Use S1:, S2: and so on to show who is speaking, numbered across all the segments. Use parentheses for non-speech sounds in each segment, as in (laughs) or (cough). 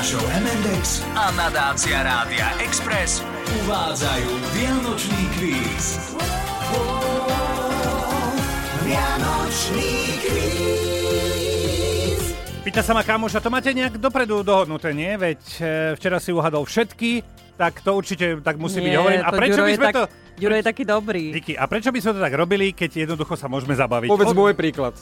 S1: show M&X a nadácia Rádia Express uvádzajú Vianočný kvíz. Vianočný kvíz.
S2: Pýta sa ma kamoša, to máte nejak dopredu dohodnuté, nie? Veď e, včera si uhadol všetky, tak to určite tak musí byť.
S3: Nie,
S2: Hovorím, a
S3: to
S2: prečo
S3: Ďuro
S2: by
S3: je
S2: sme
S3: tak-
S2: to...
S3: Ďuro je taký dobrý.
S2: Diky, a prečo by sme to tak robili, keď jednoducho sa môžeme zabaviť?
S4: Povedz
S2: Od-
S4: môj príklad.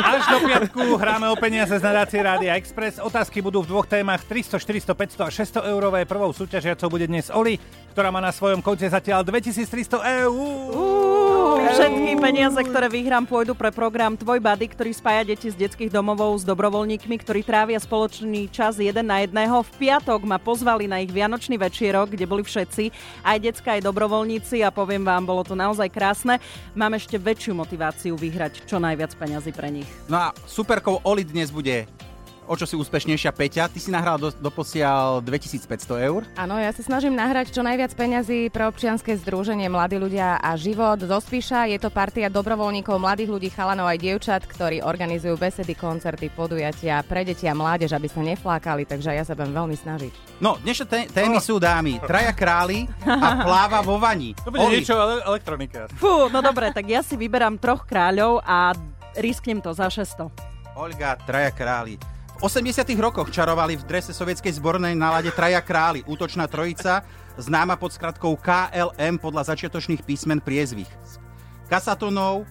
S2: Až do piatku hráme o peniaze z nadácie Rádia Express. Otázky budú v dvoch témach 300, 400, 500 a 600 eurové. Prvou súťažiacou bude dnes Oli, ktorá má na svojom konte zatiaľ 2300 eur.
S3: Uú, Všetky peniaze, ktoré vyhrám, pôjdu pre program Tvoj Buddy, ktorý spája deti z detských domovov s dobrovoľníkmi, ktorí trávia spoločný čas jeden na jedného. V piatok ma pozvali na ich vianočný večierok, kde boli všetci, aj decka, aj dobrovoľníci a poviem vám, bolo to naozaj krásne. Mám ešte väčšiu motiváciu vyhrať čo najviac peňazí pre nich.
S5: No a superkou Oli dnes bude o čo si úspešnejšia Peťa. Ty si nahral do, doposiaľ 2500 eur.
S6: Áno, ja sa snažím nahrať čo najviac peňazí pre občianske združenie Mladí ľudia a život zo Spíša. Je to partia dobrovoľníkov, mladých ľudí, chalanov aj dievčat, ktorí organizujú besedy, koncerty, podujatia pre deti a mládež, aby sa neflákali, takže ja sa budem veľmi snažiť.
S5: No, dnešné té-
S2: Oh.
S5: témy sú dámy. Traja králi a pláva vo vani.
S2: To bude niečo ele- elektronika.
S3: Fú, no dobre, tak ja si vyberám troch kráľov a risknem to za 600.
S5: Olga, traja králi. V 80 rokoch čarovali v drese sovietskej zbornej nálade traja králi, útočná trojica, známa pod skratkou KLM podľa začiatočných písmen priezvich. Kasatonov,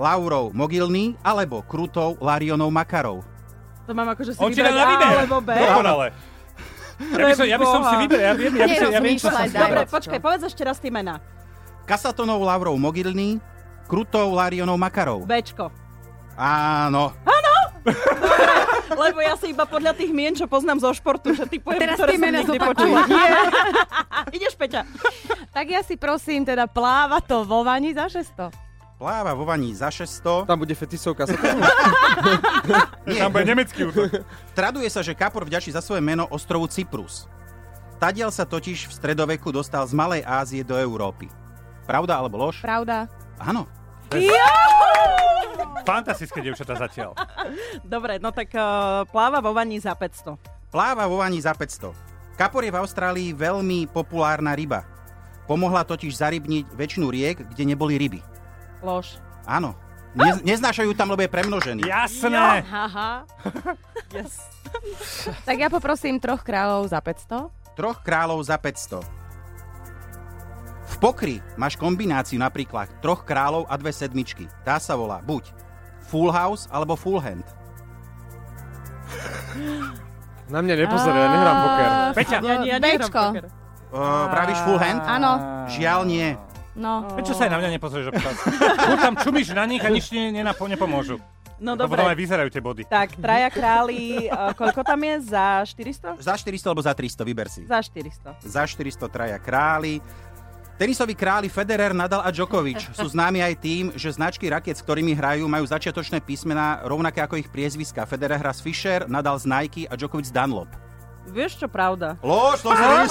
S5: Laurov, Mogilný alebo Krutov, Larionov, Makarov.
S3: To mám akože si
S2: On ti dá na
S3: vybrať A
S2: výber. No,
S3: alebo B.
S2: Dokonale. Ja by, som, ja by som si
S3: Preboha.
S2: vyberal, ja viem, ja by som, ja viem, čo som
S6: Nerozmýšľaj,
S2: si
S6: daj.
S2: vybral.
S3: Dobre,
S6: Dávať,
S3: počkaj,
S6: čo?
S3: povedz ešte raz tie mená.
S5: Kasatonov, Lavrov, Mogilný, Krutov, Larionov, Makarov.
S3: Bčko.
S5: Áno.
S3: Lebo ja si iba podľa tých mien, čo poznám zo športu, že typujem,
S6: Teraz
S3: ktoré
S6: tie
S3: som
S6: mená
S3: nikdy
S6: zopakuj.
S3: počula. Ideš, Peťa.
S6: Tak ja si prosím, teda pláva to vo vani za 600.
S5: Pláva vo vaní za 600.
S4: Tam bude fetisovka. Sa
S5: Nie,
S2: Tam bude nemecký útok.
S5: traduje sa, že Kapor vďačí za svoje meno ostrovu Cyprus. Tadiaľ sa totiž v stredoveku dostal z Malej Ázie do Európy. Pravda alebo lož?
S6: Pravda?
S5: Áno.
S2: Fantastické devčatá zatiaľ.
S3: Dobre, no tak uh, pláva vo vani za 500.
S5: Pláva vo vaní za 500. Kapor je v Austrálii veľmi populárna ryba. Pomohla totiž zarybniť väčšinu riek, kde neboli ryby.
S3: Lož.
S5: Áno. Nez, neznášajú tam, lebo je premnožený.
S2: Jasné.
S3: Aha. Yes.
S6: Tak ja poprosím troch kráľov za 500.
S5: Troch kráľov za 500. V pokry máš kombináciu napríklad troch kráľov a dve sedmičky. Tá sa volá buď Full House alebo Full Hand.
S4: (laughs) Na mňa nepozeraj, ja nehrám poker.
S2: Peťa.
S3: Ja, ja nehrám
S6: Bčko.
S3: poker.
S5: Uh, pravíš Full Hand?
S6: Áno,
S5: Žiaľ nie.
S6: no.
S2: Prečo sa aj na mňa nepozrieš, že ptás? Buď tam čumíš na nich a nič ti nenapo- nepomôžu.
S3: No
S2: To potom aj
S3: dobre.
S2: vyzerajú tie body.
S3: Tak, traja králi, uh, koľko tam je? Za 400?
S5: Za 400 alebo za 300, vyber si.
S3: Za 400.
S5: Za 400 traja králi. Tenisoví králi Federer, Nadal a
S6: (laughs)
S5: Djokovic sú známi aj tým, že značky rakiet, s ktorými hrajú, majú začiatočné písmená rovnaké ako ich priezviska. Federer hrá z Fischer, Nadal z Nike a Djokovic z Dunlop.
S3: Vieš čo, pravda?
S5: Lož, to sa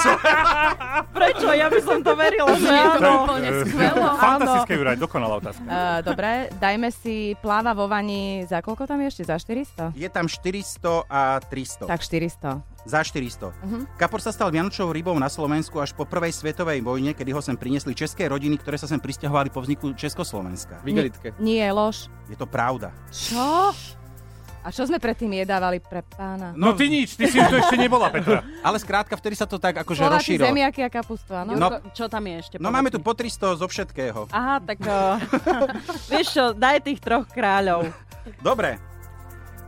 S3: (laughs) Prečo? Ja by som to verila, že áno.
S6: úplne skvelo, áno.
S2: eh, Fantastické, Juraj, dokonalá otázka.
S6: Uh, dobre, dajme si pláva vo vani za koľko tam je ešte? Za 400?
S5: Je tam 400 a 300.
S6: Tak 400.
S5: Za 400. Kapor sa stal vianočnou rybou na Slovensku až po prvej svetovej vojne, kedy ho sem priniesli české rodiny, ktoré sa sem pristahovali po vzniku Československa.
S4: V igelitke.
S6: Nie, lož.
S5: Je to pravda.
S6: Čo? A čo sme predtým jedávali pre pána?
S2: No ty nič, ty si tu ešte nebola, Petra.
S5: Ale skrátka, vtedy sa to tak akože
S6: Slováci,
S5: rozšírilo.
S6: zemiaky a kapustu, áno?
S5: No.
S3: Jurko, Čo tam je ešte?
S5: No
S3: povedz
S5: máme
S3: mi.
S5: tu po 300 zo všetkého.
S3: Aha, tak uh, (laughs) vieš čo, daj tých troch kráľov.
S5: Dobre.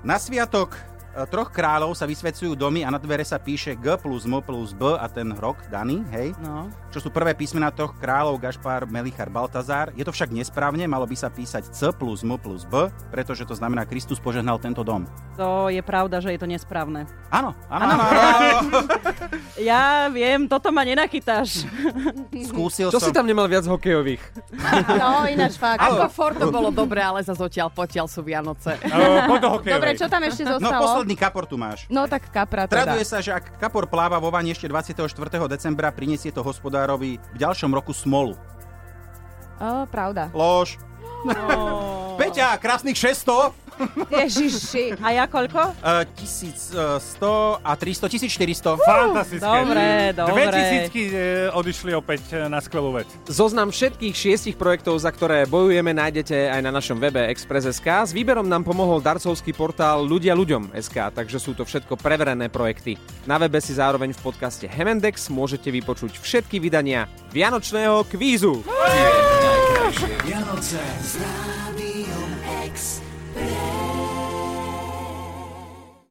S5: Na sviatok e, troch kráľov sa vysvecujú domy a na dvere sa píše G plus M plus B a ten rok daný, hej?
S3: No.
S5: Čo sú prvé písmená troch kráľov Gašpar, Melichar, Baltazar. Je to však nesprávne, malo by sa písať C plus M plus B, pretože to znamená Kristus požehnal tento dom.
S3: To je pravda, že je to nesprávne.
S5: Áno, áno, áno.
S4: (laughs)
S5: áno.
S3: Ja viem, toto ma nenachytáš.
S5: Skúsil
S4: Čo
S5: som.
S4: si tam nemal viac hokejových?
S6: (laughs) No, ináč fakt.
S5: Áno.
S7: Ako for to bolo dobre, ale za zotiaľ potiaľ sú Vianoce.
S2: Pod
S6: Dobre, čo tam ešte
S5: No
S6: zostalo?
S5: posledný kapor tu máš.
S6: No tak kapra teda.
S5: Traduje sa, že ak kapor pláva vo vani ešte 24. decembra, prinesie to hospodárovi v ďalšom roku smolu.
S6: O, pravda.
S5: Lož.
S3: No.
S4: Oh.
S5: (laughs) Peťa, krásnych 600.
S6: Ježiši.
S3: A ja koľko?
S5: Eh, 1100 a 300, 1400.
S2: Fantastické.
S3: Dobre,
S2: Dve
S3: dobre.
S2: tisícky e, odišli opäť e, na skvelú vec.
S4: Zoznam všetkých šiestich projektov, za ktoré bojujeme, nájdete aj na našom webe Express.sk. S výberom nám pomohol darcovský portál Ľudia ľuďom SK, takže sú to všetko preverené projekty. Na webe si zároveň v podcaste Hemendex môžete vypočuť všetky vydania Vianočného kvízu.
S1: Vianoce s rádiom